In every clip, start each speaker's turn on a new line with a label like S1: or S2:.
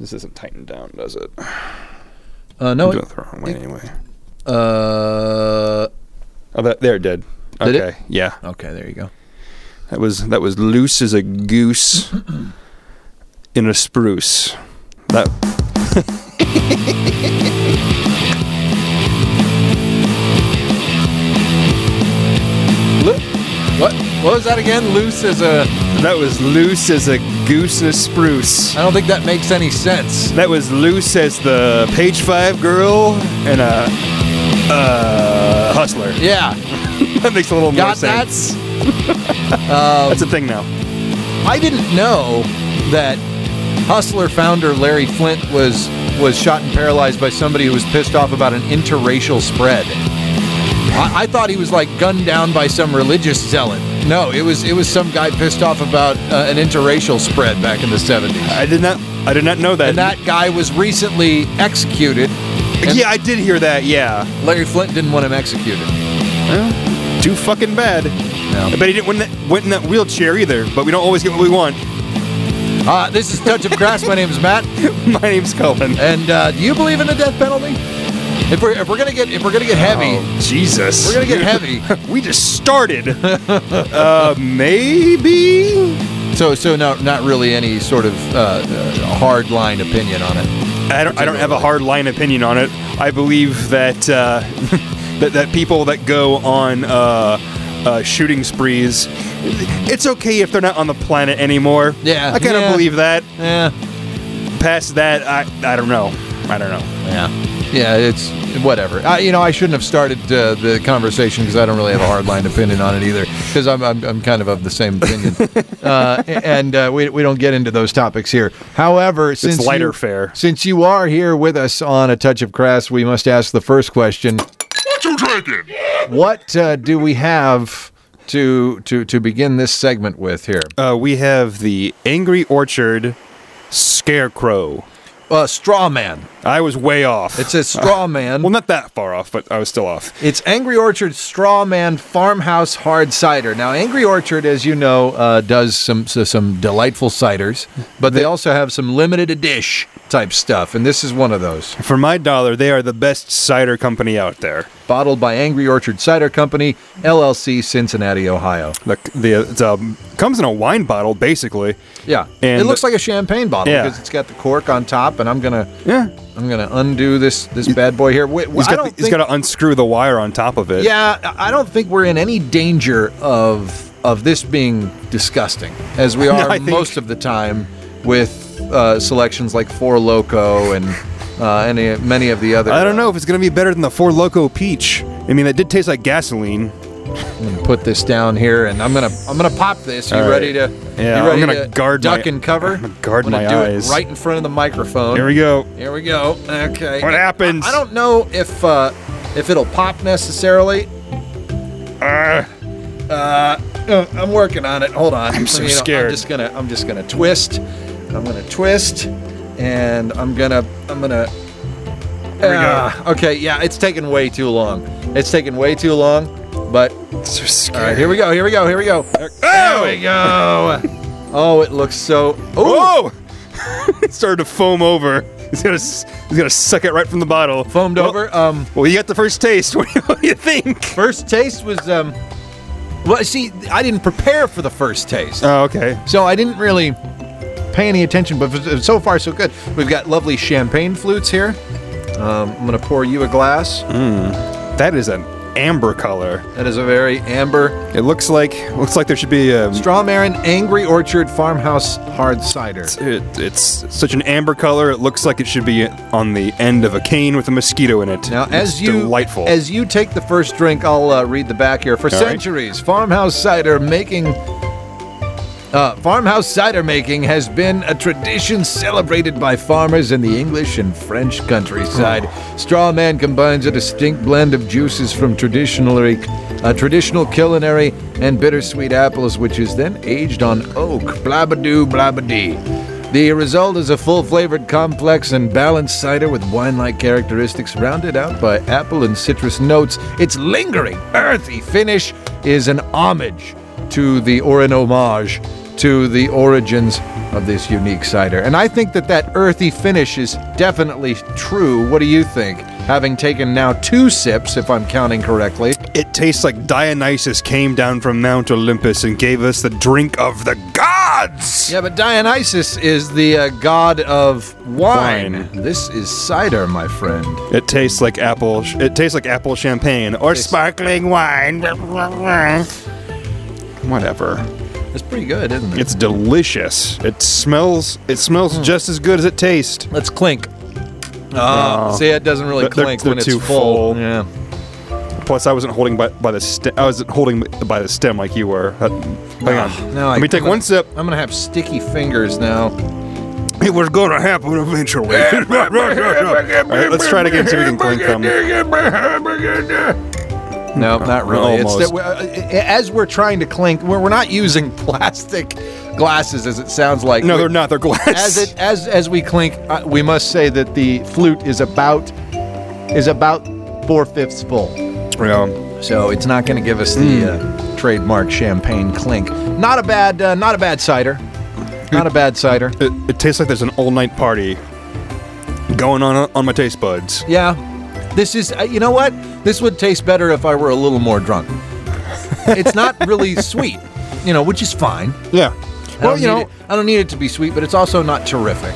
S1: This isn't tightened down, does it?
S2: Uh,
S1: I'm doing
S2: no, Oh, it,
S1: it the wrong way anyway.
S2: uh,
S1: Oh, that there it did.
S2: Did it?
S1: okay, yeah,
S2: okay, there you go.
S1: that was that was loose as a goose in a spruce. That
S2: What? What was that again? Loose as a.
S1: that was loose as a goose in a spruce.
S2: I don't think that makes any sense.
S1: That was loose as the page five girl and a uh, hustler.
S2: Yeah,
S1: That makes a little more
S2: got that?
S1: sense. That's a thing now.
S2: I didn't know that Hustler founder Larry Flint was was shot and paralyzed by somebody who was pissed off about an interracial spread. I, I thought he was like gunned down by some religious zealot. No, it was it was some guy pissed off about uh, an interracial spread back in the 70s.
S1: I did not. I did not know that.
S2: And that guy was recently executed. and
S1: yeah, I did hear that. Yeah.
S2: Larry Flint didn't want him executed.
S1: Too fucking bad.
S2: No.
S1: I bet he didn't win that, went in that wheelchair either. But we don't always get what we want.
S2: Uh, this is Touch of Grass. My name is Matt.
S1: My name's Cullen.
S2: And uh, do you believe in the death penalty? If we're if we're gonna get if we're gonna get heavy,
S1: Oh, Jesus.
S2: We're gonna get heavy.
S1: we just started. uh, maybe.
S2: So, so not not really any sort of uh, uh, hard line opinion on it.
S1: I don't. I don't have a hard line opinion on it. I believe that uh, that that people that go on. Uh, uh, shooting sprees. It's okay if they're not on the planet anymore.
S2: Yeah.
S1: I kind of
S2: Yeah.
S1: believe that.
S2: Yeah,
S1: Past that, I I don't know. I don't know.
S2: yeah, yeah. It's whatever. I, you know, I shouldn't have started uh, the conversation because I don't really have a hard line opinion on it either. Because I'm, I'm I'm kind of of the same opinion, uh, and uh, we we don't get into those topics here. However, since you-
S1: lighter fare.
S2: since you are here with us on a touch of crass, we must ask the first question. What uh, do we have to to to begin this segment with here?
S1: Uh, we have the Angry Orchard Scarecrow.
S2: Uh, straw man.
S1: I was way off.
S2: It says straw man.
S1: well, not that far off, but I was still off.
S2: It's Angry Orchard Straw Man Farmhouse Hard Cider. Now, Angry Orchard, as you know, uh, does some so- some delightful ciders, but they also have some limited edition type stuff, and this is one of those.
S1: For my dollar, they are the best cider company out there.
S2: Bottled by Angry Orchard Cider Company, LLC, Cincinnati, Ohio.
S1: The, the it's, um, comes in a wine bottle, basically.
S2: Yeah,
S1: And-
S2: it looks like a champagne bottle
S1: Yeah.
S2: because it's got the cork on top, and I'm gonna
S1: Yeah.
S2: I'm gonna undo this this bad boy here. Wait,
S1: He's
S2: I
S1: got,
S2: don't
S1: the-
S2: think-
S1: he's got to unscrew the wire on top of it.
S2: Yeah, I I don't think we're in any danger of of this being disgusting, as we are
S1: I think-
S2: most of the time with uh, selections like Four Loco and uh, any many of the other.
S1: I don't know if it's going to be better than the Four Loco Peach. I mean, that did taste like gasoline.
S2: I'm gonna put this down here, and I'm gonna I'm gonna pop this. You
S1: All right.
S2: ready to?
S1: Yeah,
S2: you ready
S1: I'm gonna
S2: to
S1: guard
S2: duck
S1: my-
S2: and cover.
S1: I'm gonna guard
S2: I'm gonna
S1: my
S2: do
S1: eyes.
S2: It right in front of the microphone.
S1: Here we go.
S2: Here we go. Okay.
S1: What
S2: I-
S1: happens?
S2: I, don't know if uh, if it'll pop necessarily. Uh, uh, I'm working on it. Hold on. I'm
S1: so
S2: I'm
S1: scared.
S2: just gonna I'm just gonna twist. I'm gonna twist, and I'm gonna I'm gonna.
S1: we go.
S2: Ah, okay. Yeah, it's taking way too long. It's taking way too long. But all
S1: So
S2: right,
S1: scared.
S2: here we go. Here we go. Here we go.
S1: Oh!
S2: There we go. Oh, it looks so. Ooh,
S1: Whoa! it started to foam over. He's gonna, s- he's gonna suck it right from the bottle.
S2: foamed
S1: Well-
S2: over. Um.
S1: Well, you got the first taste. What do you, what do you think?
S2: First taste was um well see I didn't prepare for the first taste.
S1: Oh, okay.
S2: So I didn't really pay any attention but so far so good. We've got lovely champagne flutes here. Um, I'm going to pour you a glass.
S1: Mm-hmm. That is an amber color.
S2: That is a very amber
S1: It looks like looks like there should be um, a.
S2: Straw Marin Angry Orchard Farmhouse Hard Cider.
S1: It, it's such an amber color. It looks like it should be on the end of a cane with a mosquito in it.
S2: Now, as
S1: It's
S2: you
S1: delightful.
S2: as you take the first drink, I'll uh, read the back here. For
S1: right.
S2: centuries, farmhouse cider making. Uh, farmhouse cider making has been a tradition celebrated by farmers in the English and French countryside. Straw man combines a distinct blend of juices from traditionally, uh, traditional culinary and bittersweet apples, which is then aged on oak. Blabadoo, blabadee. The result is a full flavored, complex, and balanced cider with wine like characteristics rounded out by apple and citrus notes. Its lingering, earthy finish is an homage to the or an homage to the origins of this unique cider. And I think that that earthy finish is definitely true. What do you think? Having taken now two sips, if I'm counting correctly.
S1: It tastes like Dionysus came down from Mount Olympus and gave us the drink of the gods.
S2: Yeah, but Dionysus is the uh, god of wine.
S1: Wine.
S2: This is cider, my friend.
S1: It tastes like apple. sh- It tastes like apple champagne or sparkling wine. Whatever.
S2: It's pretty good, isn't it?
S1: It's delicious. It smells. It
S2: Hmm.
S1: smells just as good as it tastes.
S2: Let's clink. see, it doesn't really
S1: They're- they're-
S2: clink
S1: they're
S2: when it's
S1: too
S2: full.
S1: full.
S2: Yeah.
S1: Plus, I wasn't holding by, by the stem. I wasn't holding by the stem like you were. Uh, Hang on.
S2: Now
S1: Let
S2: I-
S1: me take
S2: I'm gonna-
S1: one sip.
S2: I'm gonna have sticky fingers now.
S1: It was gonna happen eventually. All right, let's try it again. See if we can clink them.
S2: No, not really. It's
S1: Almost.
S2: that we- uh, as we're trying to clink, we're, we're not using plastic glasses, as it sounds like.
S1: No,
S2: We-
S1: they're not. They're glass.
S2: As it as as we clink, uh, we must say that the flute is about is about four fifths full.
S1: Yeah.
S2: So it's not going to give us the
S1: Hmm.
S2: uh, trademark champagne clink. Not a bad, uh, not a bad cider. Not a bad cider.
S1: It, it tastes like there's an all-night party going on on my taste buds.
S2: Yeah. This is, uh, you know what? This would taste better if I were a little more drunk. it's not really sweet, you know, which is fine.
S1: Yeah.
S2: I
S1: Well,
S2: don't
S1: you
S2: need
S1: know,
S2: it- I don't need it to be sweet, but it's also not terrific.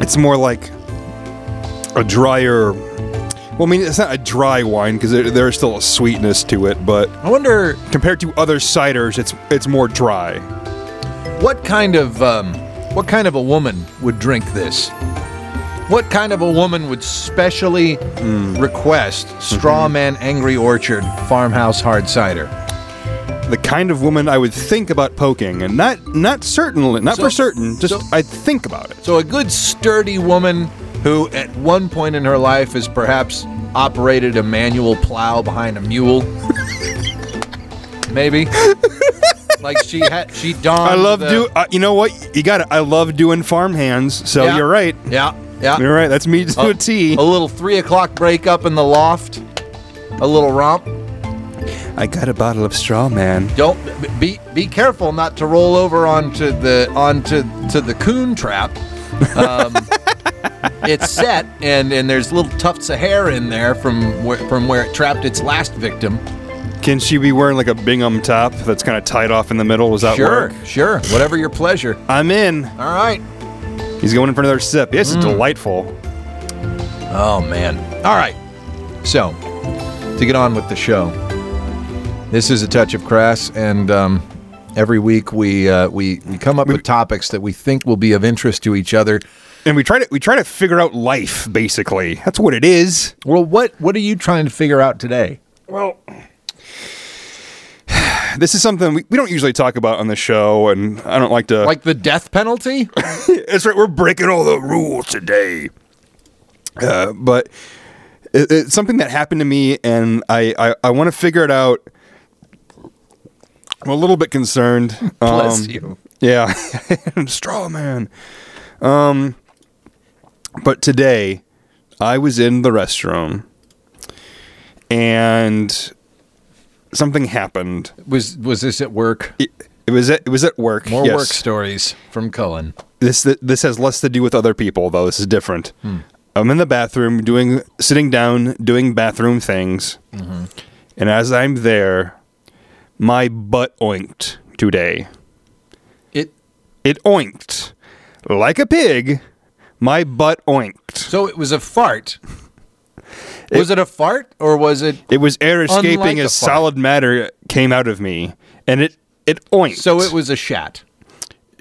S1: it's more like a drier. Well, I mean, it's not a dry wine because there, there's still a sweetness to it, but
S2: I wonder
S1: compared to other ciders, it's it's more dry.
S2: what kind of um, what kind of a woman would drink this. What kind of a woman would specially
S1: Hmm.
S2: request
S1: Mm-hmm.
S2: Straw Man Angry Orchard Farmhouse Hard Cider?
S1: The kind of woman I would think about poking, and not not certainly not
S2: So-
S1: for certain. Just
S2: so-
S1: I'd think about it.
S2: So a good sturdy woman who at one point in her life has perhaps operated a manual plow behind a mule. Maybe. like she had she donned
S1: I love
S2: the,
S1: do. Uh, you know what? You got it. I love doing farm hands. So
S2: Yeah. Oh.
S1: you're right.
S2: Yeah, yeah.
S1: You're right. That's me to a T.
S2: A little three o'clock break up in the loft. A little romp.
S1: I got a bottle of straw man.
S2: Don't be be careful not to roll over onto the onto to the coon trap. Um, it's set, and and there's little tufts of hair in there from where, from where it trapped its last victim.
S1: Can she be wearing like a Bingham top that's kind of tied off in the middle? Does that
S2: Sure,
S1: work?
S2: sure, whatever your pleasure.
S1: I'm in.
S2: All right.
S1: He's going in for another sip. Yes,
S2: Mm.
S1: it's delightful.
S2: Oh man. All right. So, to get on with the show, this is a touch of crass, and um, every week we uh, we we come up with topics that we think will be of interest to each other.
S1: And we try to we try to figure out life basically. That's what it is.
S2: Well, what what are you trying to figure out today?
S1: Well, this is something we, we don't usually talk about on the show, and I don't like to.
S2: Like the death penalty?
S1: That's right. We're breaking all the rules today. Uh, but it, it's something that happened to me, and I, I, I want to figure it out. I'm a little bit concerned.
S2: Bless
S1: Um,
S2: you.
S1: Yeah, straw man. Um, but today, I was in the restroom, and something happened.
S2: Was was this at work?
S1: It, it was at, it was at work.
S2: More
S1: yes.
S2: work stories from Cullen.
S1: this this has less to do with other people though. This is different.
S2: Hmm.
S1: I'm in the bathroom doing sitting down doing bathroom things,
S2: Mm-hmm.
S1: and as I'm there, my butt oinked today.
S2: It
S1: It oinked like a pig. My butt oinked.
S2: so it was a fart. was it a fart or was it
S1: It was air escaping
S2: Unlike a
S1: as
S2: fart.
S1: solid matter came out of me, and it it oinked.
S2: so it was a shat?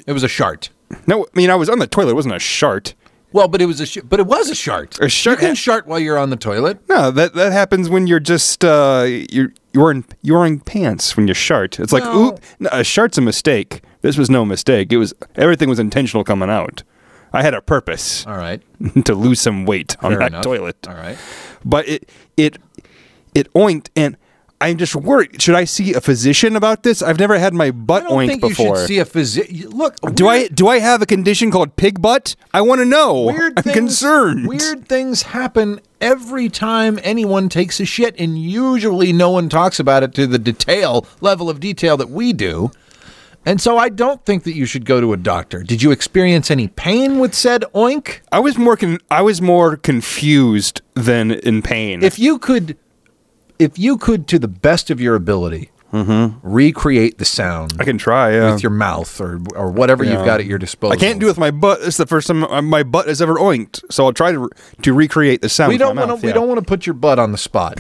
S2: It was a shart.
S1: no. I mean, I was on the toilet. It wasn't a shart.
S2: Well, but it was a sh- but it was a shart.
S1: A shart-
S2: You can shart while you're on the toilet.
S1: No, that that happens when you're just uh, you're you're in you're wearing pants when you shart. It's like
S2: No.
S1: oop, no, a shart's a mistake. This was no mistake. It was everything was intentional coming out. I had a purpose
S2: All right.
S1: to lose some weight on
S2: Fair
S1: that
S2: enough.
S1: toilet,
S2: All right.
S1: but it it it oinked and. I'm just worried. Should I see a physician about this? I've never had my butt
S2: I don't
S1: oinked
S2: think you
S1: before.
S2: should see a physician. Look,
S1: do
S2: weird-
S1: I do I have a condition called pig butt? I want to know.
S2: Weird
S1: I'm
S2: things,
S1: concerned.
S2: Weird things happen every time anyone takes a shit, and usually no one talks about it to the detail level of detail that we do. And so I don't think that you should go to a doctor. Did you experience any pain with said oink?
S1: I was more con- I was more confused than in pain.
S2: If you could, if you could, to the best of your ability, recreate the sound
S1: Mm-hmm. I can try. Yeah.
S2: with your mouth or or whatever you've
S1: Yeah.
S2: got at your disposal.
S1: I can't do it with my butt. It's the first time uh, my butt has ever oinked, so I'll try to re- to recreate the sound.
S2: We
S1: with
S2: don't
S1: my
S2: want to.
S1: mouth,
S2: We
S1: yeah.
S2: don't want to put your butt on the spot.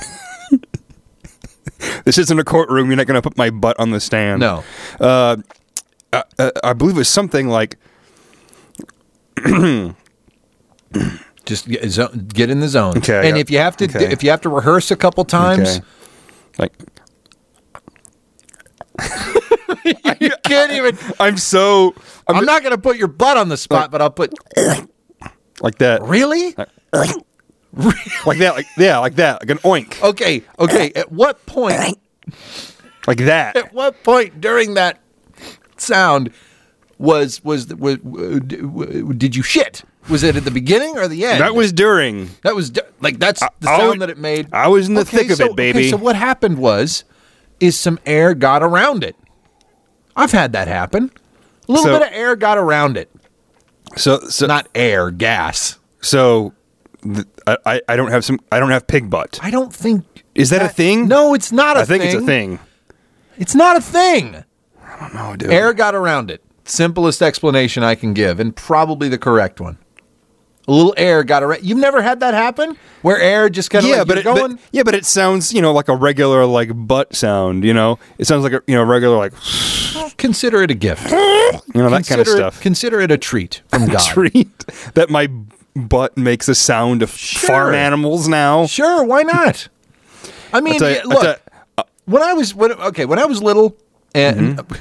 S1: This isn't a courtroom. You're not going to put my butt on the stand.
S2: No.
S1: Uh, I, I- I believe it was something like
S2: Just get, zo- get in the zone.
S1: Okay, I
S2: And
S1: got-
S2: if you have to, do-
S1: okay.
S2: if you have to rehearse a couple times,
S1: Okay.
S2: you can't even.
S1: I'm so I'm,
S2: I'm not going to put your butt on the spot, but I'll put
S1: like that,
S2: really.
S1: like that, like yeah, like that, like an oink,
S2: Okay, okay. At what point?
S1: like that.
S2: At what point during that sound was was, was, did you shit? Was it at the beginning or the end?
S1: That was during.
S2: that was d- like that's the
S1: I
S2: sound
S1: was-
S2: that it made.
S1: I was in the thick of
S2: so-
S1: it, baby.
S2: Okay, so what happened was, is some air got around it. I've had that happen. A little
S1: So-
S2: bit of air got around it.
S1: So so
S2: Not air, gas.
S1: so. th- I- I, I don't have some I don't have pig butt.
S2: I don't think.
S1: Is that a thing?
S2: No, it's not a
S1: I think
S2: thing.
S1: it's a thing.
S2: It's not a thing.
S1: No, dude.
S2: Air got around it. Simplest explanation I can give, and probably the correct one. A little air got around. You've never had that happen where air just kind of
S1: yeah,
S2: like,
S1: but,
S2: you're
S1: it, but-
S2: going.
S1: yeah, but it sounds you know like a regular like butt sound. You know, it sounds like a you know regular like
S2: consider it a gift.
S1: you know that kind of
S2: Consider it-
S1: stuff.
S2: Consider it a treat from God.
S1: Treat that my butt makes a sound of farm animals now.
S2: Sure, why not? I mean,
S1: tell you-
S2: yeah,
S1: I'll
S2: look.
S1: tell-
S2: when I was when okay, when I was little and
S1: Mm-hmm.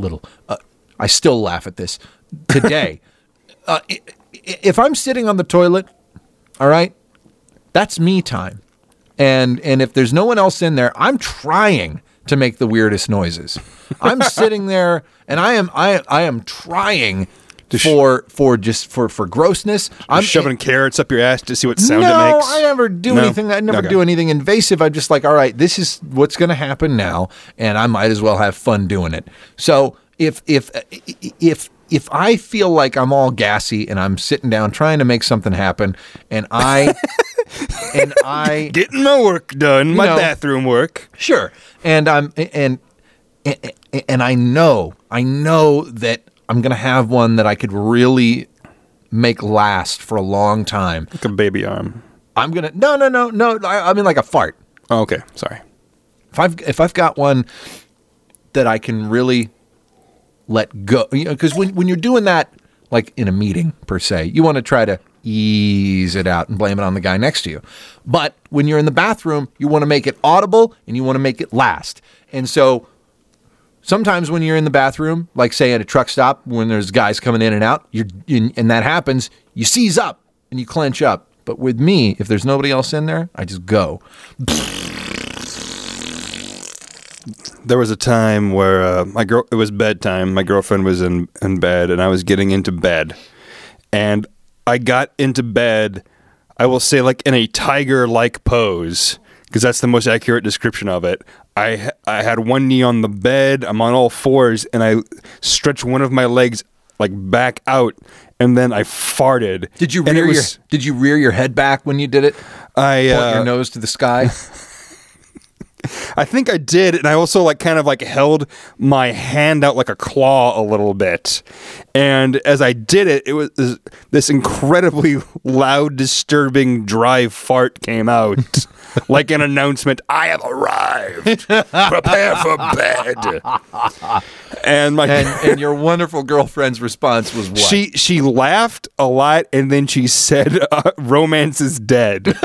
S2: little, uh, I still laugh at this today. uh, i- i- if I'm sitting on the toilet, all right, that's me time. And and if there's no one else in there, I'm trying to make the weirdest noises. I'm sitting there and I am I I am trying for for just for for grossness. I'm
S1: shoving carrots up your ass to see what sound
S2: no,
S1: it makes.
S2: I never do
S1: No?
S2: anything. I never
S1: Okay.
S2: do anything invasive. I'm just like, all right, this is what's going to happen now, and I might as well have fun doing it. So if if if if I feel like I'm all gassy and I'm sitting down trying to make something happen, and I and I
S1: Getting my work done, my
S2: know.
S1: bathroom work.
S2: Sure. And I'm and and, and I know I know that I'm gonna have one that I could really make last for a long time.
S1: Like a baby arm.
S2: I'm gonna no no no no. I, I mean like a fart.
S1: Oh, okay, sorry.
S2: If I've if I've got one that I can really let go, you know, because when when you're doing that like in a meeting per se, you want to try to ease it out and blame it on the guy next to you. But when you're in the bathroom, you want to make it audible and you want to make it last. And so sometimes when you're in the bathroom, like say at a truck stop when there's guys coming in and out, you're and, and that happens, you seize up and you clench up. But with me, if there's nobody else in there, I just go.
S1: There was a time where uh, my girl it was bedtime. My girlfriend was in in bed, and I was getting into bed, and I got into bed. I will say like in a tiger like pose because that's the most accurate description of it. I I had one knee on the bed. I'm on all fours, and I stretched one of my legs like back out, and then I farted.
S2: Did you
S1: And it
S2: rear
S1: was-
S2: your Did you rear your head back when you did it?
S1: I
S2: Point
S1: uh,
S2: your nose to the sky.
S1: I think I did, and I also like kind of like held my hand out like a claw a little bit, and as I did it, it was this- this incredibly loud, disturbing dry fart came out, like an announcement: "I have arrived. Prepare for bed." And my
S2: and and your wonderful girlfriend's response was what?
S1: she she laughed a lot, and then she said, uh, "Romance is dead."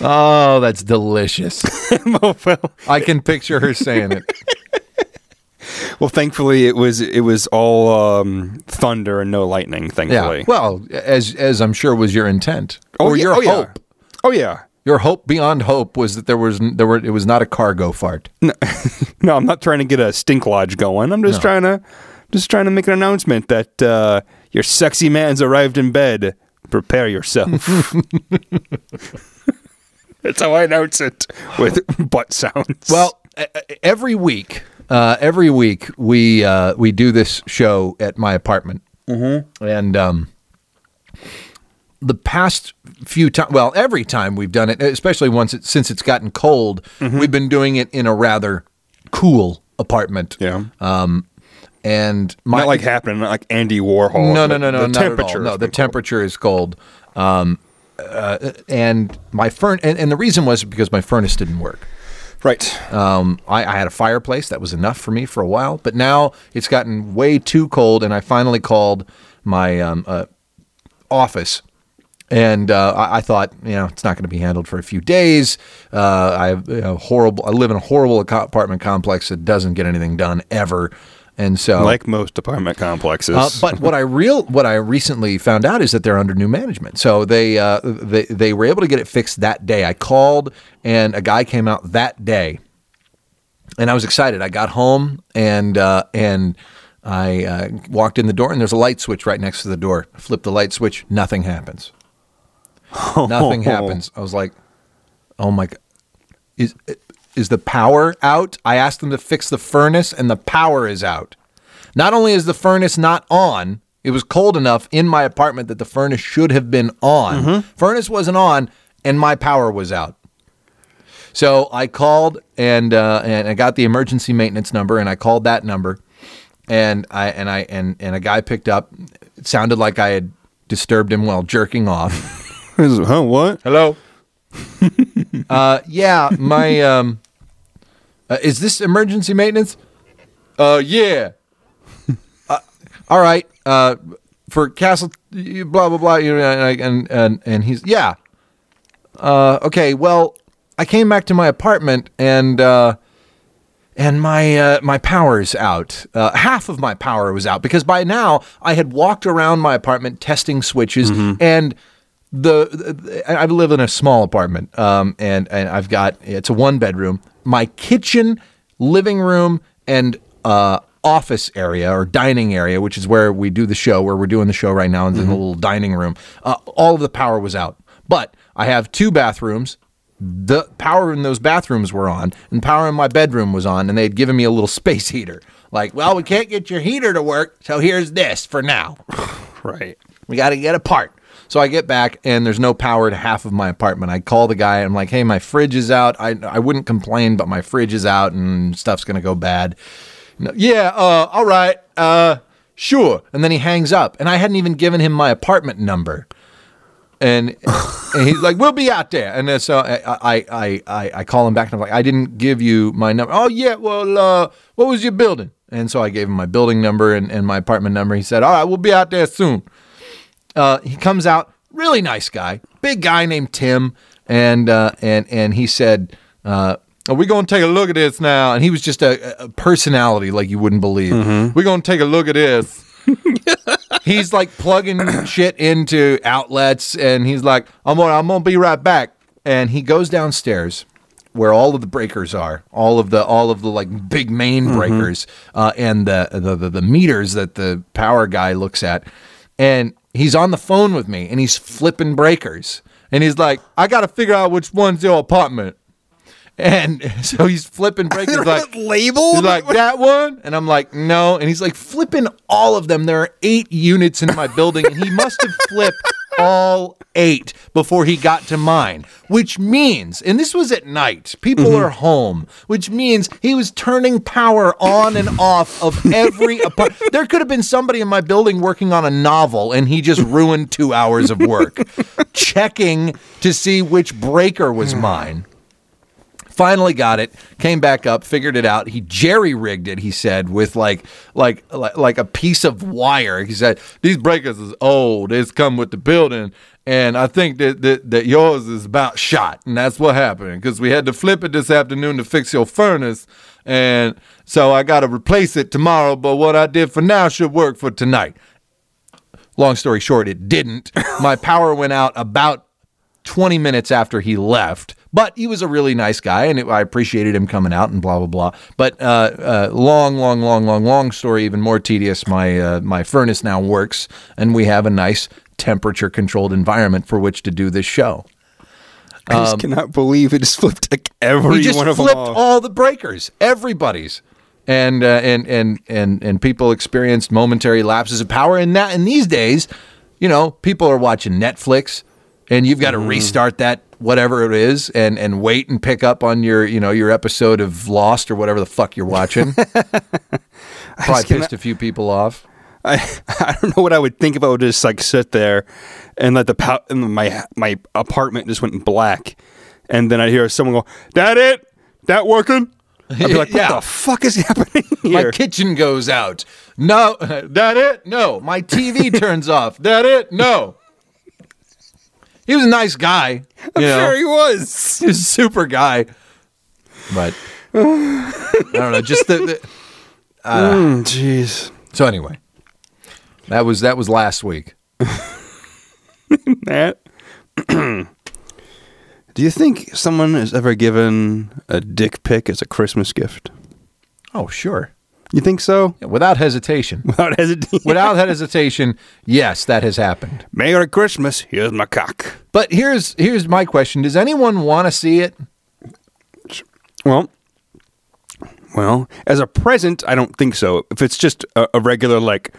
S2: oh, that's delicious.
S1: Oh, well,
S2: I can picture her saying it.
S1: well, thankfully it was it was all um, thunder and no lightning. Thankfully,
S2: Yeah. Well, as as I'm sure was your intent or
S1: Oh, yeah,
S2: your hope.
S1: Yeah. Oh yeah.
S2: Your hope beyond hope was that there was n- there were it was not a cargo fart.
S1: No, I'm not trying to get a stink lodge going. I'm just trying to just trying to make an announcement that uh, your sexy man's arrived in bed. Prepare yourself. That's how I announce it with butt sounds.
S2: Well, e- e- every week, uh, every week we uh, we do this show at my apartment, mm-hmm. and um, the past few times, well, every time we've done it, especially once it, since it's gotten cold,
S1: Mm-hmm.
S2: we've been doing it in a rather cool apartment.
S1: Yeah.
S2: and uh, my
S1: not like happening, not like Andy Warhol.
S2: no,
S1: but
S2: no, no, no,
S1: The
S2: not at all.
S1: temperature.
S2: No, the temperature is cold. Um, uh, and my furn and, and the reason was because my furnace didn't work.
S1: right.
S2: Um, I, I had a fireplace that was enough for me for a while, but now it's gotten way too cold, and I finally called my um, uh, office. And uh, I, I thought, you know, it's not going to be handled for a few days. Uh, I have a horrible. I live in a horrible aco- apartment complex that doesn't get anything done ever, and so
S1: like most apartment complexes.
S2: uh, but what I real what I recently found out is that they're under new management. So they uh, they they were able to get it fixed that day. I called and a guy came out that day, and I was excited. I got home and uh, and I uh, walked in the door and there's a light switch right next to the door. I flipped the light switch. Nothing happens. Nothing happens. I was like, oh my god, is is the power out? I asked them to fix the furnace, and the power is out. Not only is the furnace not on, it was cold enough in my apartment that the furnace should have been on. Furnace wasn't on, and my power was out. So I called and uh, and I got the emergency maintenance number, and I called that number, and I and I and and a guy picked up. It sounded like I had disturbed him while jerking off.
S1: huh? What?
S2: Hello. uh, yeah, my um, uh, is this emergency maintenance? Uh, yeah. Uh, all right. Uh, for Castle, you- blah blah blah. You know, and I- and and and he's yeah. Uh, okay. Well, I came back to my apartment and. Uh, and my uh, my power's out. Uh, half of my power was out because by now I had walked around my apartment testing switches, and the, the I live in a small apartment, um, and and I've got it's a one bedroom. My kitchen, living room, and uh, office area or dining area, which is where we do the show, where we're doing the show right now, is in the little dining room. Uh, all of the power was out, but I have two bathrooms the power in those bathrooms were on and power in my bedroom was on and they had given me a little space heater like well we can't get your heater to work so here's this for now
S1: Right.
S2: we got to get apart so i get back and there's no power to half of my apartment i call the guy i'm like hey my fridge is out i, I wouldn't complain but my fridge is out and stuff's going to go bad no, yeah uh, all right uh, sure and then he hangs up and i hadn't even given him my apartment number and, and he's like, "We'll be out there." And then so I, I, I, I, I call him back, and I'm like, "I didn't give you my number." Oh yeah, well, uh, what was your building? And so I gave him my building number and, and my apartment number. He said, "All right, we'll be out there soon." Uh, he comes out, really nice guy, big guy named Tim, and uh, and and he said, uh, "Are we going to take a look at this now?" And he was just a, a personality like you wouldn't believe. We're going to take a look at this he's like plugging shit into outlets and he's like i'm gonna i'm gonna be right back and he goes downstairs where all of the breakers are all of the all of the like big main breakers uh, and the, the the the meters that the power guy looks at and he's on the phone with me and he's flipping breakers and he's like i gotta figure out which one's your apartment and so he's flipping breakers like
S1: labeled?
S2: He's like that one, and I'm like, no. And he's like flipping all of them. There are eight units in my building, and he must have flipped all eight before he got to mine. Which means, and this was at night. People are home, which means he was turning power on and off of every apartment. There could have been somebody in my building working on a novel, and he just ruined two hours of work checking to see which breaker was mine. Finally got it. Came back up, figured it out. He jerry rigged it. He said with like like like like a piece of wire. He said these breakers is old. It's come with the building, and I think that that, that yours is about shot, and that's what happened because we had to flip it this afternoon to fix your furnace, and so I got to replace it tomorrow. But what I did for now should work for tonight. Long story short, it didn't. My power went out about 20 minutes after he left. But he was a really nice guy, and it, I appreciated him coming out and blah blah blah. But uh, uh, long, long, long, long, long story. Even more tedious. My uh, my furnace now works, and we have a nice temperature controlled environment for which to do this show.
S1: I just cannot believe it just flipped like every
S2: Um, he just
S1: one of
S2: flipped
S1: them off.
S2: all the breakers, everybody's, and uh, and and and and people experienced momentary lapses of power. And that, and these days, you know, people are watching Netflix, and you've got to restart that whatever it is, and and wait and pick up on your you know your episode of Lost or whatever the fuck you're watching. Probably pissed a few people off.
S1: I, I don't know what I would think if I would just like sit there and let the pow- and my my apartment just went black, and then I hear someone go, "That it? That working?" I'd be like, "What
S2: Yeah.
S1: the fuck is happening
S2: My
S1: here?"
S2: kitchen goes out. No, that it? No. My TV turns off. That it? No. He was a nice guy.
S1: I'm
S2: you know.
S1: sure he was.
S2: He's a super guy. But I don't know. Just the, the
S1: Mm, Jeez,
S2: so anyway. That was that was last week.
S1: Matt. Do you think someone has ever given a dick pic as a Christmas gift?
S2: Oh sure,
S1: You think so?
S2: without hesitation.
S1: Without hesitating.
S2: Without hesitation, yes, that has happened.
S1: Merry Christmas. Here's my cock.
S2: But here's here's my question: Does anyone want to see it?
S1: Well, well, as a present, I don't think so. If it's just a, a regular like,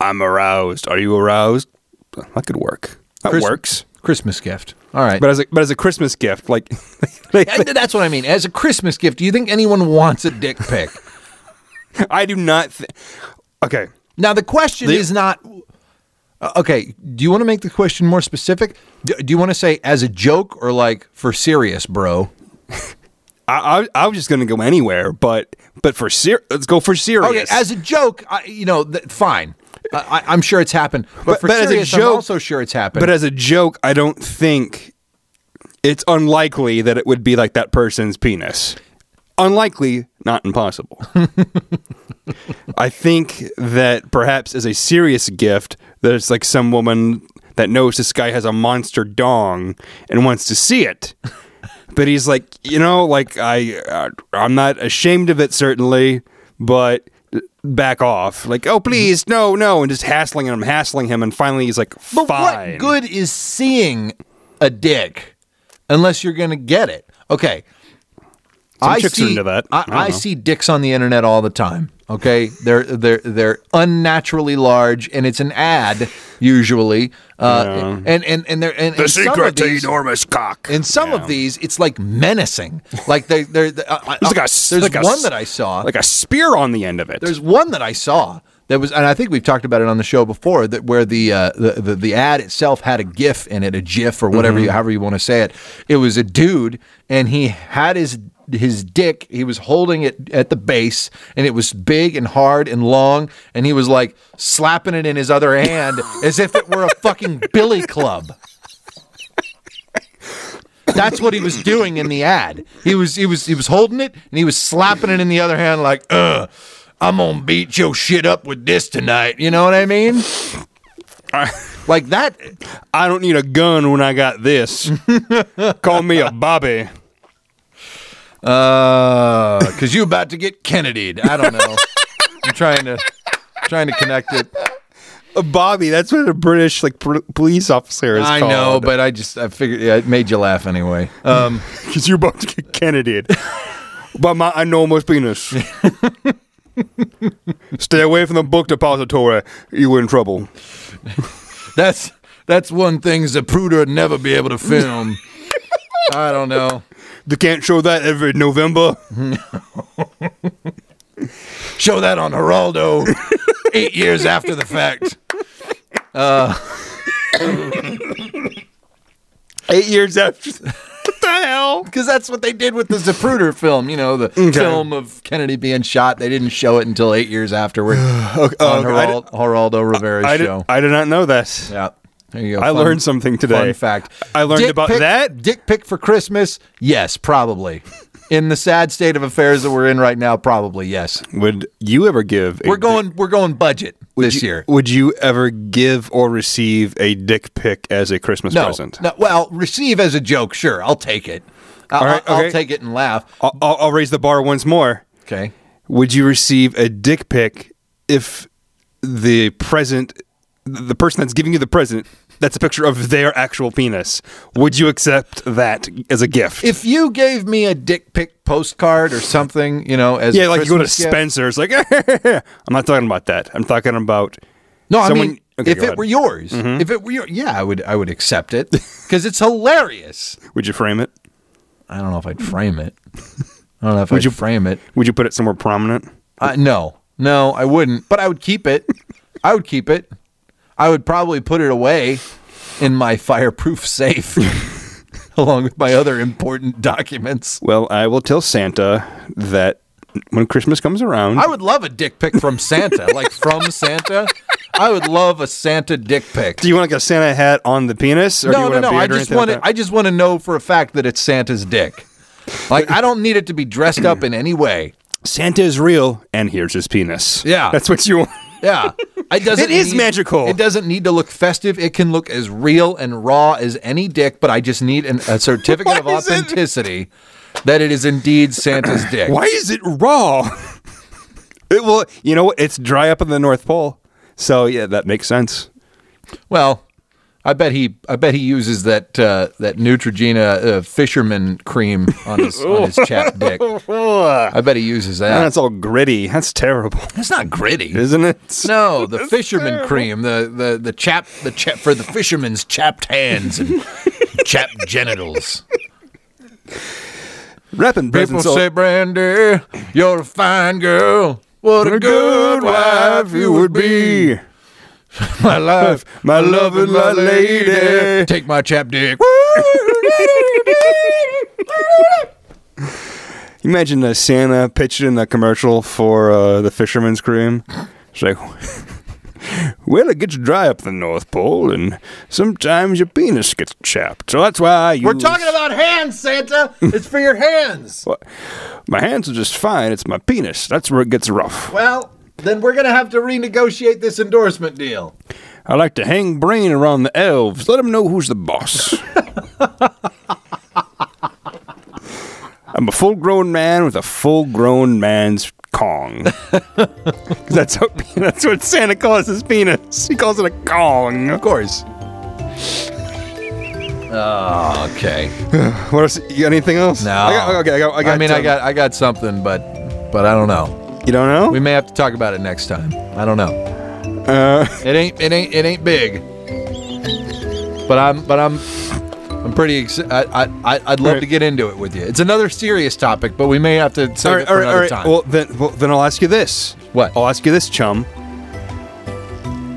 S1: I'm aroused. Are you aroused? That could work. That
S2: Christ-
S1: works.
S2: Christmas gift. All right,
S1: But as a, but as a Christmas gift, like, like,
S2: I- that's what I mean. As a Christmas gift, do you think anyone wants a dick pic?
S1: I do not. Th- okay,
S2: Now the question
S1: The-
S2: is not Uh, okay. Do you want to make the question more specific? Do, do you want to say as a joke or like for serious, bro?
S1: I, I I was just gonna go anywhere, but but for ser- let's go for serious.
S2: Okay, as a joke, I, you know, th- fine. I, I- I'm sure it's happened, but,
S1: But-
S2: for
S1: but as a
S2: serious, I'm
S1: joke-
S2: also sure it's happened.
S1: but as a joke, I don't think it's unlikely that it would be like that person's penis. Unlikely, not impossible. I think that perhaps as a serious gift, there's like some woman that knows this guy has a monster dong and wants to see it. But he's like, you know, like I, uh, I'm not ashamed of it certainly, but back off. Like, oh please, no, no, and just hassling him, hassling him, and finally he's like,
S2: But
S1: fine.
S2: what good is seeing a dick unless you're going to get it? Okay.
S1: Some chicks are into that.
S2: I,
S1: I don't
S2: I
S1: know.
S2: see dicks on the internet all the time. Okay, they're they're they're unnaturally large, and it's an ad usually. Uh, And and and they're and, and some of these-
S1: enormous cock.
S2: In some of these, it's like menacing. Like they they're, they I, I-
S1: It's like a,
S2: there's
S1: like a-
S2: one that I saw.
S1: like a spear on the end of it.
S2: There's one that I saw that was, and I think we've talked about it on the show before, that where the uh, the, the the ad itself had a GIF in it, a GIF or whatever, you, however you want to say it. It was a dude, and he had his his dick. He was holding it at the base, and it was big and hard and long, and he was like slapping it in his other hand as if it were a fucking billy club. That's what he was doing in the ad. He was he was he was holding it and he was slapping it in the other hand like, uh, I'm gonna beat your shit up with this tonight. You know what I mean? Like that
S1: I don't need a gun when I got this. Call me a Bobby.
S2: uh cause you about to get Kennedy'd. I don't know. I'm trying to trying to connect it.
S1: A Bobby. That's what a British like pr- police officer is.
S2: I
S1: called.
S2: know, but I just I figured yeah, it made you laugh anyway. Um
S1: because you're about to get Kennedy by my enormous penis. Stay away from the book depository. You were in trouble.
S2: that's that's one thing Zapruder would never be able to film. I don't know.
S1: They can't show that every November.
S2: Show that on Geraldo eight years after the fact.
S1: Eight years after. what the hell?
S2: Because that's what they did with the Zapruder film, you know, the film of Kennedy being shot. They didn't show it until eight years afterward on
S1: okay, I
S2: Geral- Geraldo Rivera's
S1: I did,
S2: show.
S1: I did not know that.
S2: yeah. There you go.
S1: I
S2: Fun-
S1: learned something today.
S2: Fun fact.
S1: I learned about
S2: pic-
S1: that?
S2: Dick pic for Christmas? Yes, probably. in the sad state of affairs that we're in right now, probably yes.
S1: Would you ever give? A
S2: We're going. We're going budget
S1: would
S2: this
S1: you-
S2: year.
S1: Would you ever give or receive a dick pic as a Christmas
S2: No,
S1: present?
S2: no. Well, receive as a joke. Sure, I'll take it. I'll,
S1: right,
S2: I'll- I'll
S1: okay.
S2: take it and laugh.
S1: I'll, I'll I'll raise the bar once more.
S2: Okay.
S1: Would you receive a dick pic if the present the person that's giving you the present, that's a picture of their actual penis. Would you accept that as a gift?
S2: If you gave me a dick pic postcard or something, you know, as
S1: yeah,
S2: a
S1: like you go to
S2: Christmas gift-
S1: Spencer's, like I'm not talking about that. I'm talking about
S2: No, I
S1: someone-
S2: mean,
S1: Okay,
S2: if
S1: go
S2: it
S1: ahead. Mm-hmm.
S2: were yours, if it were your, yeah, I would, I would accept it because it's hilarious.
S1: would you frame it?
S2: I don't know if I'd frame it. I don't know if I'd
S1: you-
S2: frame it.
S1: Would you put it somewhere prominent?
S2: Uh, no, no, I wouldn't. But I would keep it. I would keep it. I would probably put it away in my fireproof safe, along with my other important documents.
S1: Well, I will tell Santa that when Christmas comes around,
S2: I would love a dick pic from Santa, like from Santa. I would love a Santa dick pic.
S1: do you want like a Santa hat on the penis? Or do
S2: no,
S1: you
S2: no,
S1: want a
S2: no.
S1: beard
S2: I
S1: or
S2: just
S1: anything
S2: want
S1: like
S2: to. I just want to know for a fact that it's Santa's dick. Like I don't need it to be dressed up in any way.
S1: that? Santa is real, and here's his penis.
S2: Yeah.
S1: that's what you want.
S2: Yeah, it doesn't.
S1: It is
S2: need-
S1: magical.
S2: It doesn't need to look festive. It can look as real and raw as any dick. But I just need an, a certificate of
S1: Why is it-
S2: authenticity that it is indeed Santa's dick.
S1: Why is it raw? it will. You know what? It's dry up in the North Pole, so yeah, that makes sense.
S2: Well, I bet he. I bet he uses that uh, that Neutrogena uh, fisherman cream on his on his chap dick. I bet he uses
S1: And
S2: that.
S1: it's all gritty. That's terrible,
S2: That's not gritty.
S1: isn't it?
S2: No, the fisherman cream, the the the chap the chap for the fisherman's chapped hands and chapped genitals.
S1: Wrapping
S2: People
S1: presents. all-
S2: say, Brandy, you're a fine girl. What a good wife you would be. My life,
S1: my loving, my lady.
S2: Take my chap dick.
S1: Imagine uh, Santa pitched in a commercial for uh, the fisherman's cream. It's like, well, it gets dry up the North Pole, and sometimes your penis gets chapped. So that's why I use.
S2: We're talking about hands, Santa. It's for your hands.
S1: My hands are just fine. It's my penis. That's where it gets rough.
S2: Well, then we're going to have to renegotiate this endorsement deal.
S1: I like to hang brain around the elves. Let them know who's the boss. I'm a full-grown man with a full-grown man's kong. 'Cause that's how, that's what Santa calls his penis. He calls it a kong.
S2: Of course. okay.
S1: What else? You got anything else?
S2: No.
S1: I got, okay, I got. I, got,
S2: I mean, I
S1: um,
S2: got I got something, but but I don't know.
S1: You don't know?
S2: We may have to talk about it next time. I don't know.
S1: uh,
S2: It ain't it ain't it ain't big. But I'm but I'm I'm pretty excited. I, I I'd love
S1: Alright.
S2: to get into it with you. It's another serious topic, but we may have to save
S1: all
S2: it
S1: right,
S2: for
S1: all right,
S2: another
S1: all right.
S2: time.
S1: Well, then, well, then I'll ask you this.
S2: What?
S1: I'll ask you this, chum.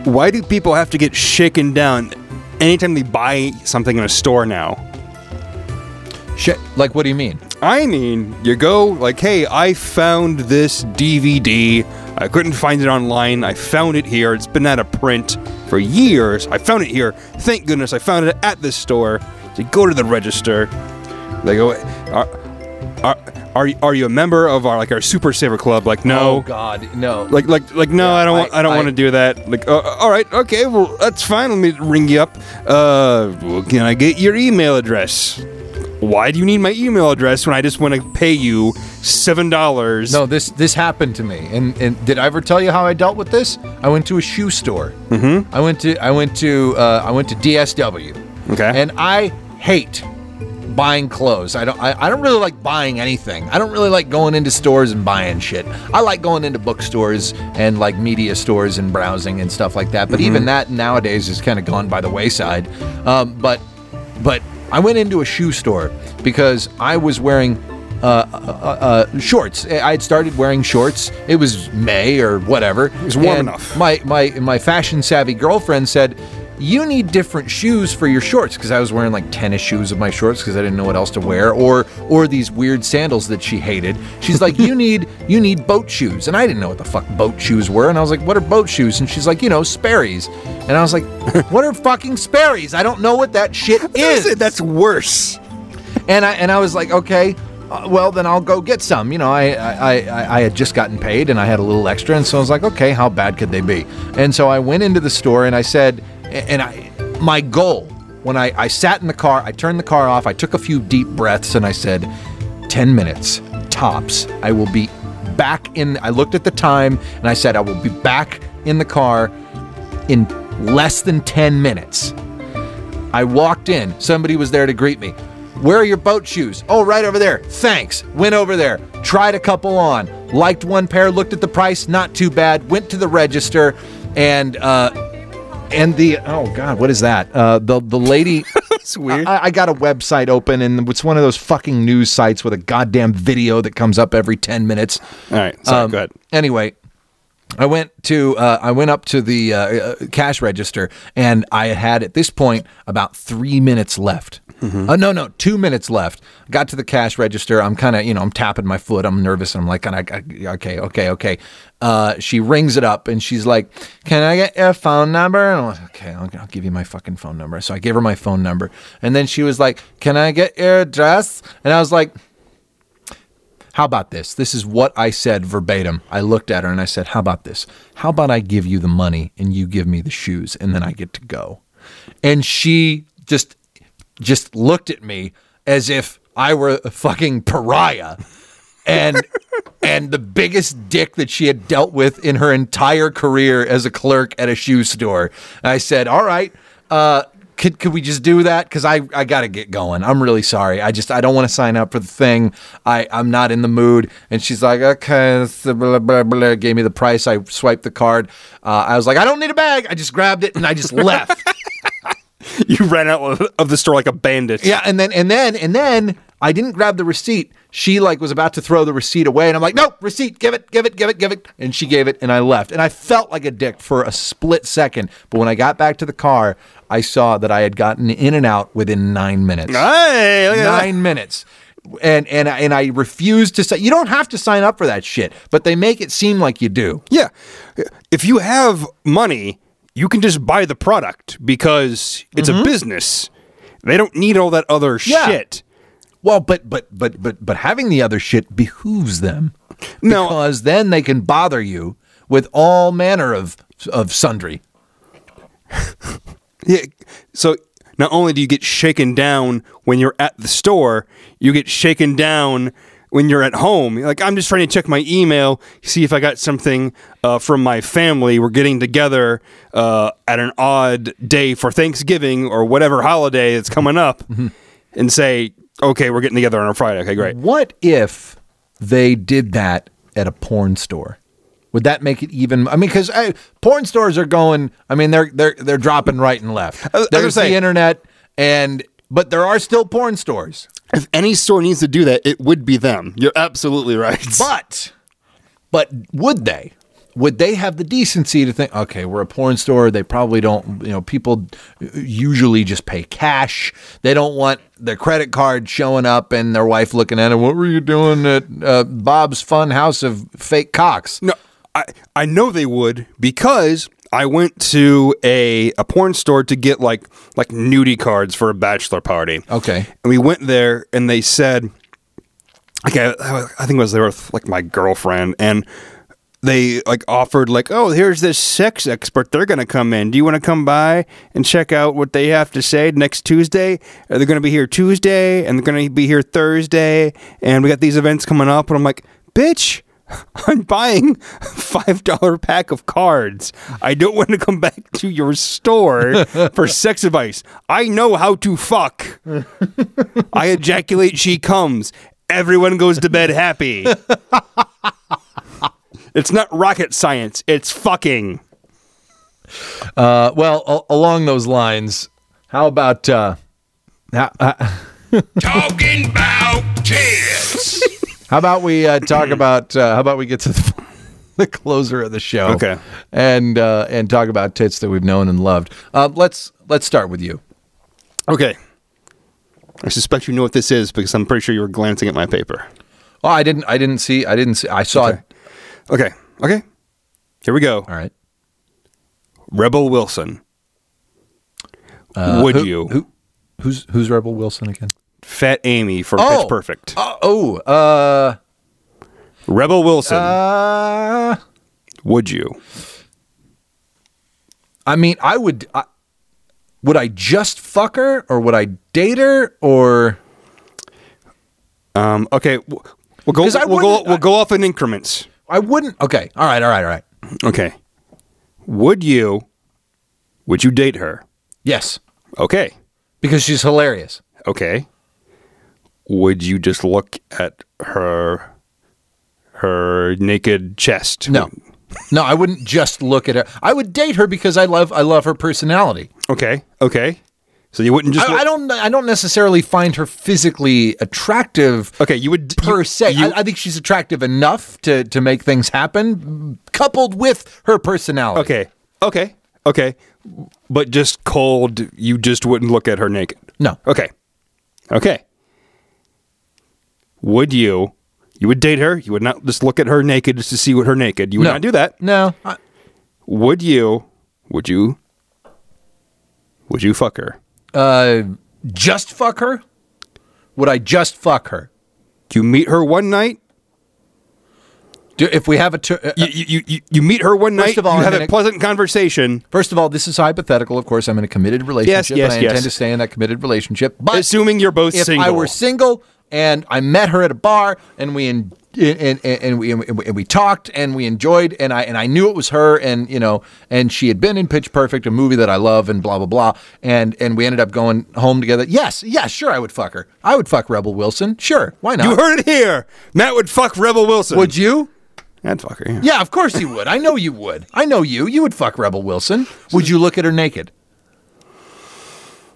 S1: Why do people have to get shaken down anytime they buy something in a store now?
S2: Shit. Like, what do you mean?
S1: I mean, you go like, hey, I found this DVD. I couldn't find it online. I found it here. It's been out of print for years. I found it here. Thank goodness I found it at this store. So you go to the register. They go, are, are, are, you- are you a member of our like our Super Saver Club? Like, no.
S2: Oh, God, no.
S1: Like, like, like, no, I don't,
S2: I-
S1: want, I don't
S2: I-
S1: want to do that. Like, uh, all right, okay, well, that's fine. Let me ring you up. Uh, well, can I get your email address? Why do you need my email address when I just want to pay you seven dollars?
S2: no, this this happened to me, and and did I ever tell you how I dealt with this? I went to a shoe store. Mm-hmm. I went to I went to uh, I went to DSW.
S1: Okay.
S2: And I hate buying clothes. I don't I, I don't really like buying anything. I don't really like going into stores and buying shit. I like going into bookstores and like media stores and browsing and stuff like that. But
S1: Mm-hmm.
S2: even that nowadays is kind of gone by the wayside. Um, but but I went into a shoe store because I was wearing uh, uh, uh, shorts. I had started wearing shorts. It was May or whatever. It
S1: was warm enough.
S2: my my my fashion savvy girlfriend said you need different shoes for your shorts because I was wearing like tennis shoes of my shorts because I didn't know what else to wear or or these weird sandals that she hated. She's like you need you need boat shoes and I didn't know what the fuck boat shoes were and I was like what are boat shoes and she's like you know Sperry's and I was like what are fucking Sperry's? I don't know what that shit is
S1: that's worse.
S2: and I and I was like, okay, uh, well then I'll go get some. You know, I I, I I had just gotten paid and I had a little extra, and so I was like, okay, how bad could they be? And so I went into the store and I said, and I my goal when I I sat in the car, I turned the car off, I took a few deep breaths, and I said, ten minutes tops, I will be back in. I looked at the time and I said, I will be back in the car in less than 10 minutes. I walked in, somebody was there to greet me. Where are your boat shoes? Oh, right over there. Thanks. Went over there, tried a couple on, liked one pair, looked at the price, not too bad, went to the register, and uh, and the oh god, what is that? Uh, the the lady.
S1: It's weird.
S2: I, I got a website open, and it's one of those fucking news sites with a goddamn video that comes up every ten minutes.
S1: All right, sorry,
S2: Um,
S1: go ahead.
S2: Anyway, I went to uh, I went up to the uh, uh, cash register, and I had at this point about three minutes left.
S1: Mm-hmm.
S2: Uh, no, no, two minutes left. Got to the cash register. I'm kind of, you know, I'm tapping my foot. I'm nervous, and I'm like, and I, I, okay, okay, okay. Uh, she rings it up, and she's like, "Can I get your phone number?" And I'm like, "Okay, I'll, I'll give you my fucking phone number." So I gave her my phone number, and then she was like, "Can I get your address?" And I was like, how about this? This is what I said verbatim. I looked at her and I said, How about this? How about I give you the money and you give me the shoes and then I get to go? And she just just looked at me as if I were a fucking pariah. And and the biggest dick that she had dealt with in her entire career as a clerk at a shoe store. And I said, All right, uh, could could we just do that? Because I I gotta get going. I'm really sorry. I just I don't want to sign up for the thing. I I'm not in the mood. And she's like, okay, it's the blah blah blah. Gave me the price. I swiped the card. Uh, I was like, I don't need a bag. I just grabbed it and I just left.
S1: You ran out of- of the store like a bandit.
S2: Yeah, and then and then and then I didn't grab the receipt. She like was about to throw the receipt away, and I'm like, "No, receipt, give it, give it, give it, give it." And she gave it, and I left. And I felt like a dick for a split second, but when I got back to the car, I saw that I had gotten in and out within nine minutes.
S1: Ah, Hey, look at that.
S2: Nine minutes. And and I- and I refused to say you don't have to sign up for that shit, but they make it seem like you do.
S1: Yeah. If you have money, you can just buy the product because it's a business. They don't need all that other
S2: Mm-hmm. Yeah.
S1: shit.
S2: Well, but but but but but having the other shit behooves them.
S1: No.
S2: because then they can bother you with all manner of of sundry.
S1: Yeah. So not only do you get shaken down when you're at the store, you get shaken down when you're at home. You're Like I'm just trying to check my email, see if I got something uh, from my family. We're getting together uh, at an odd day for Thanksgiving or whatever holiday that's coming up, and say, "Okay, we're getting together on a Friday." Okay, great.
S2: What if they did that at a porn store? Would that make it even? I mean, because porn stores are going. I mean, they're they're they're dropping right and left.
S1: I was gonna
S2: There's
S1: say-
S2: the internet, and but there are still porn stores.
S1: If any store needs to do that, it would be them. You're absolutely right.
S2: But but would they? Would they have the decency to think, okay, we're a porn store. They probably don't, you know, people usually just pay cash. They don't want their credit card showing up and their wife looking at it. What were you doing at uh, Bob's Fun House of Fake Cocks?
S1: No, I I know they would because I went to a, a porn store to get like like nudie cards for a bachelor party.
S2: Okay.
S1: And we went there and they said okay, I I think it was there with like my girlfriend and they like offered like, "Oh, here's this sex expert. They're going to come in. Do you want to come by and check out what they have to say next Tuesday? Or They're going to be here Tuesday and they're going to be here Thursday and we got these events coming up." And I'm like, "Bitch, I'm buying a $5 pack of cards. I don't want to come back to your store for sex advice. I know how to fuck." I ejaculate, she comes. Everyone goes to bed happy. it's not rocket science, it's fucking.
S2: Uh, well, a- along those lines, how about uh, how, uh,
S3: Talking about tits.
S2: how about we uh, talk about uh, how about we get to the, the closer of the show?
S1: Okay.
S2: and uh, and talk about tits that we've known and loved. Uh, let's let's start with you.
S1: Okay. I suspect you know what this is because I'm pretty sure you were glancing at my paper.
S2: Oh, I didn't. I didn't see. I didn't see. I saw it.
S1: Okay. Okay. Here we go.
S2: All right.
S1: Rebel Wilson. Would you?
S2: Uh, Who? Who's Who's Rebel Wilson again?
S1: Fat Amy from
S2: Oh!
S1: Pitch Perfect.
S2: Uh, oh. Uh.
S1: Rebel Wilson.
S2: Uh.
S1: would you?
S2: I mean, I would. I, would I just fuck her, or would I date her, or?
S1: Um, okay. w- We'll go,
S2: 'Cause I
S1: we'll, go,
S2: wouldn't-
S1: we'll go off in increments.
S2: I wouldn't. Okay. All right. All right. All right.
S1: Okay. Would you Would you date her?
S2: Yes,
S1: Okay.
S2: because she's hilarious.
S1: Okay. Would you just look at her her naked chest?
S2: No. No, I wouldn't just look at her. I would date her because I love I love her personality.
S1: Okay. Okay. So you wouldn't just
S2: I,
S1: look-
S2: I don't I don't necessarily find her physically attractive
S1: Okay, you would Uh, you-
S2: per se.
S1: you-
S2: I, I think she's attractive enough to to make things happen, coupled with her personality.
S1: okay. Okay. Okay. But just cold, you just wouldn't look at her naked.
S2: No.
S1: Okay. Okay. Would you you would date her? You would not just look at her naked just to see what her naked. You would
S2: no.
S1: not do that.
S2: No. I-
S1: Would you would you would you fuck her?
S2: Uh, just fuck her? Would I just fuck her?
S1: You meet her one night.
S2: Do, if we have a tur- uh,
S1: You you, you, you meet her one night.
S2: First of all,
S1: you
S2: I'm
S1: have
S2: gonna-
S1: a pleasant conversation,
S2: first of all, this is hypothetical. Of course, I'm in a committed relationship,
S1: yes,
S2: and I
S1: yes.
S2: intend to stay in that committed relationship. But
S1: assuming you're both
S2: if
S1: single.
S2: I were single and I met her at a bar and we in, and, and, and we and we- and we talked and we enjoyed and I and I knew it was her and you know and she had been in Pitch Perfect, a movie that I love and blah blah blah and and we ended up going home together. Yes, yeah, sure, I would fuck her. I would fuck Rebel Wilson. Sure, why not?
S1: you heard it here. Matt would fuck Rebel Wilson.
S2: would you?
S1: I'd fuck her. Yeah.
S2: Yeah, of course you would. I know you would. I know you. You would fuck Rebel Wilson. Would you look at her naked?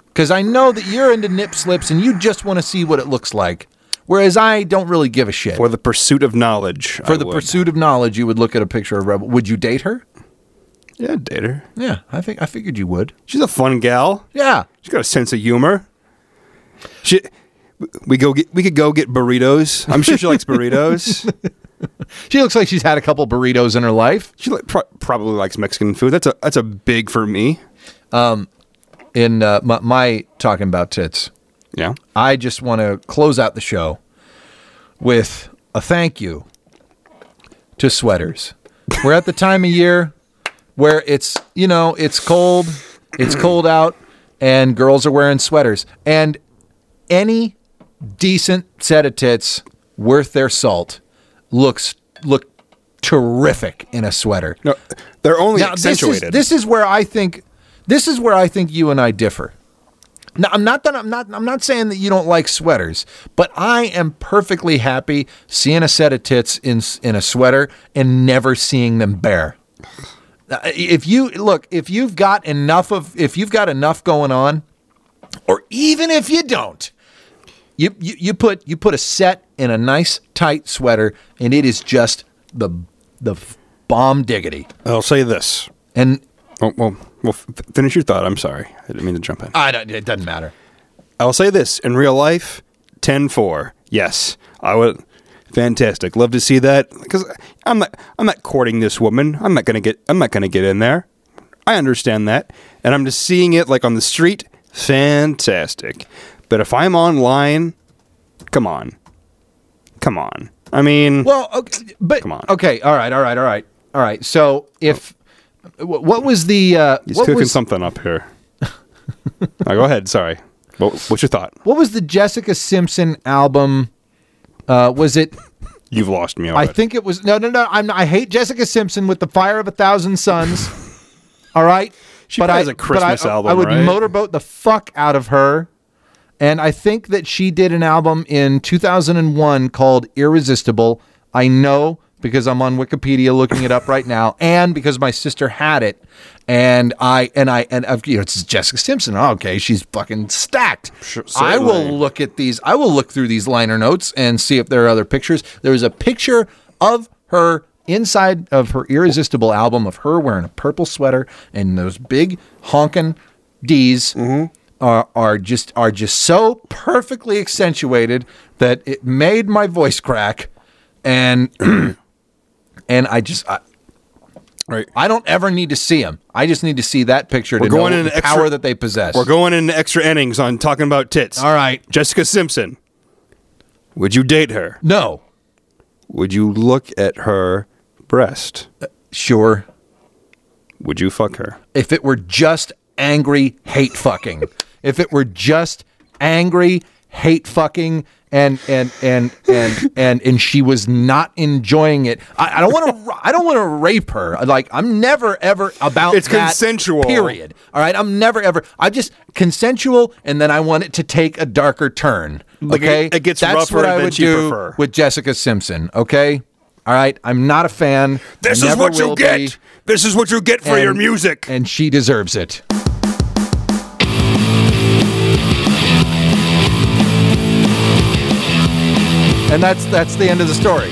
S2: Because I know that you're into nip slips and you just want to see what it looks like. Whereas I don't really give a shit.
S1: For the pursuit of knowledge.
S2: For
S1: I
S2: the
S1: would.
S2: pursuit of knowledge, you would look at a picture of Rebel. Would you date her?
S1: Yeah, I'd date her.
S2: Yeah, I think I figured you would.
S1: She's a fun gal.
S2: Yeah.
S1: She's got a sense of humor. She, we go get we could go get burritos. I'm sure she likes burritos.
S2: She looks like she's had a couple burritos in her life.
S1: She li- pro- probably likes Mexican food. That's a that's a big for me.
S2: In uh, my, my talking about tits,
S1: Yeah.
S2: I just want to close out the show with a thank you to sweaters. We're at the time of year where it's, you know, it's cold, it's cold out, and girls are wearing sweaters. And any decent set of tits worth their salt looks look terrific in a sweater.
S1: No, they're only
S2: Now, this is,
S1: accentuated.
S2: this is where I think this is where I think you and I differ. Now, I'm not that I'm not I'm not saying that you don't like sweaters, but I am perfectly happy seeing a set of tits in s- in a sweater and never seeing them bare. Uh, If you look, if you've got enough of if you've got enough going on, or even if you don't, you, you you put you put a set in a nice tight sweater and it is just the the f- bomb diggity.
S1: I'll say this.
S2: And
S1: Oh, well, well, f- finish your thought. I'm sorry. I didn't mean to jump in.
S2: I don't, it doesn't matter.
S1: I'll say this in real life 10 4. Yes. I would. Fantastic. Love to see that because I'm not, I'm not courting this woman. I'm not going to get, I'm not going to get in there. I understand that. And I'm just seeing it like on the street. Fantastic. But if I'm online, come on. Come on. I mean,
S2: Well, okay, but
S1: Come on.
S2: okay, all right, all right, all right, all right. So if wh- what was the uh,
S1: Oh. he's
S2: what
S1: cooking
S2: was
S1: something up here. Now, go ahead. Sorry. What, what's your thought?
S2: what was the Jessica Simpson album? Uh, was it?
S1: You've lost me.
S2: I
S1: Already.
S2: think it was. No, no, no. I'm. I hate Jessica Simpson with the fire of a thousand suns. all right,
S1: She probably has a Christmas
S2: I, I
S1: album,
S2: would
S1: right?
S2: motorboat the fuck out of her. And I think that she did an album in 2001 called Irresistible. I know because I'm on Wikipedia looking it up right now, and because my sister had it, and I and I and I've, you know it's Jessica Simpson. Oh, okay, she's fucking stacked. I will
S1: certainly.
S2: look at these. I will look through these liner notes and see if there are other pictures. There was a picture of her inside of her Irresistible album of her wearing a purple sweater and those big honking D's
S1: Mm-hmm.
S2: are are just are just so perfectly accentuated that it made my voice crack, and and I just I,
S1: Right.
S2: I don't ever need to see them. I just need to see that picture to
S1: going
S2: know
S1: in
S2: the
S1: an extra-
S2: power that they possess.
S1: We're going into extra innings on talking about tits.
S2: All right.
S1: Jessica Simpson. Would you date her?
S2: no,
S1: Would you look at her breast?
S2: sure.
S1: Would you fuck her?
S2: If it were just angry hate fucking, if it were just angry hate fucking and and and and and and she was not enjoying it. I, I don't want to. I don't want to rape her. Like I'm never ever about.
S1: It's
S2: that,
S1: consensual.
S2: Period. All right. I'm never ever. I just consensual, and then I want it to take a darker turn.
S1: Like,
S2: Okay.
S1: it- it gets
S2: That's
S1: rougher
S2: what I
S1: than
S2: would
S1: she
S2: do
S1: prefer.
S2: with Jessica Simpson. Okay. All right. I'm not a fan.
S1: This
S2: I
S1: is
S2: never
S1: what you
S2: will
S1: get.
S2: be,
S1: This is what you get for your
S2: and-
S1: music.
S2: and she deserves it. And that's that's the end of the story.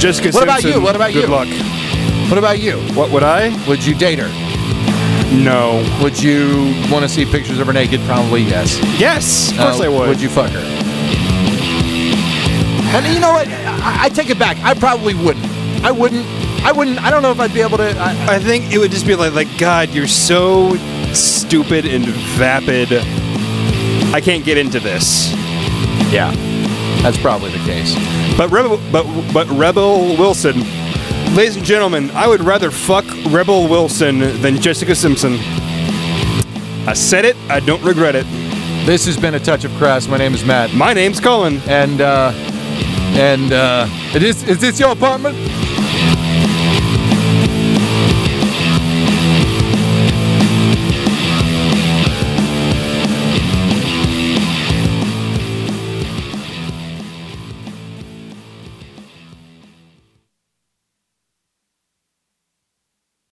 S1: Jessica
S2: What about you? What about
S1: good
S2: you?
S1: luck.
S2: What about you?
S1: What would I?
S2: Would you date her?
S1: No.
S2: Would you want to see pictures of her naked? Probably yes.
S1: Yes, of course
S2: Uh,
S1: I would.
S2: Would you fuck her? And you know what? I, I take it back. I probably wouldn't. I wouldn't. I wouldn't. I don't know if I'd be able to. I,
S1: I think it would just be like, like God, you're so stupid and vapid. I can't get into this.
S2: yeah, that's probably the case.
S1: But Rebel, but but Rebel Wilson, ladies and gentlemen, I would rather fuck Rebel Wilson than Jessica Simpson. I said it. I don't regret it.
S2: This has been a touch of crass. My name is Matt.
S1: My name's Colin.
S2: and uh, and uh, it is is this your apartment?